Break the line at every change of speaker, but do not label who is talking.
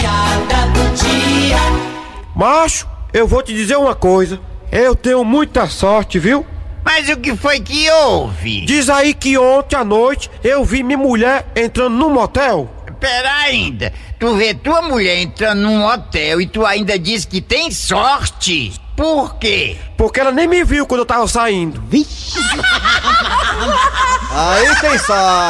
piada do dia.
Macho, eu vou te dizer uma coisa. Eu tenho muita sorte, viu?
Mas o que foi que houve?
Diz aí que ontem à noite eu vi minha mulher entrando num motel.
Pera ainda, tu vê tua mulher entrando num hotel e tu ainda diz que tem sorte? Por quê?
Porque ela nem me viu quando eu tava saindo.
Aí tem sorte.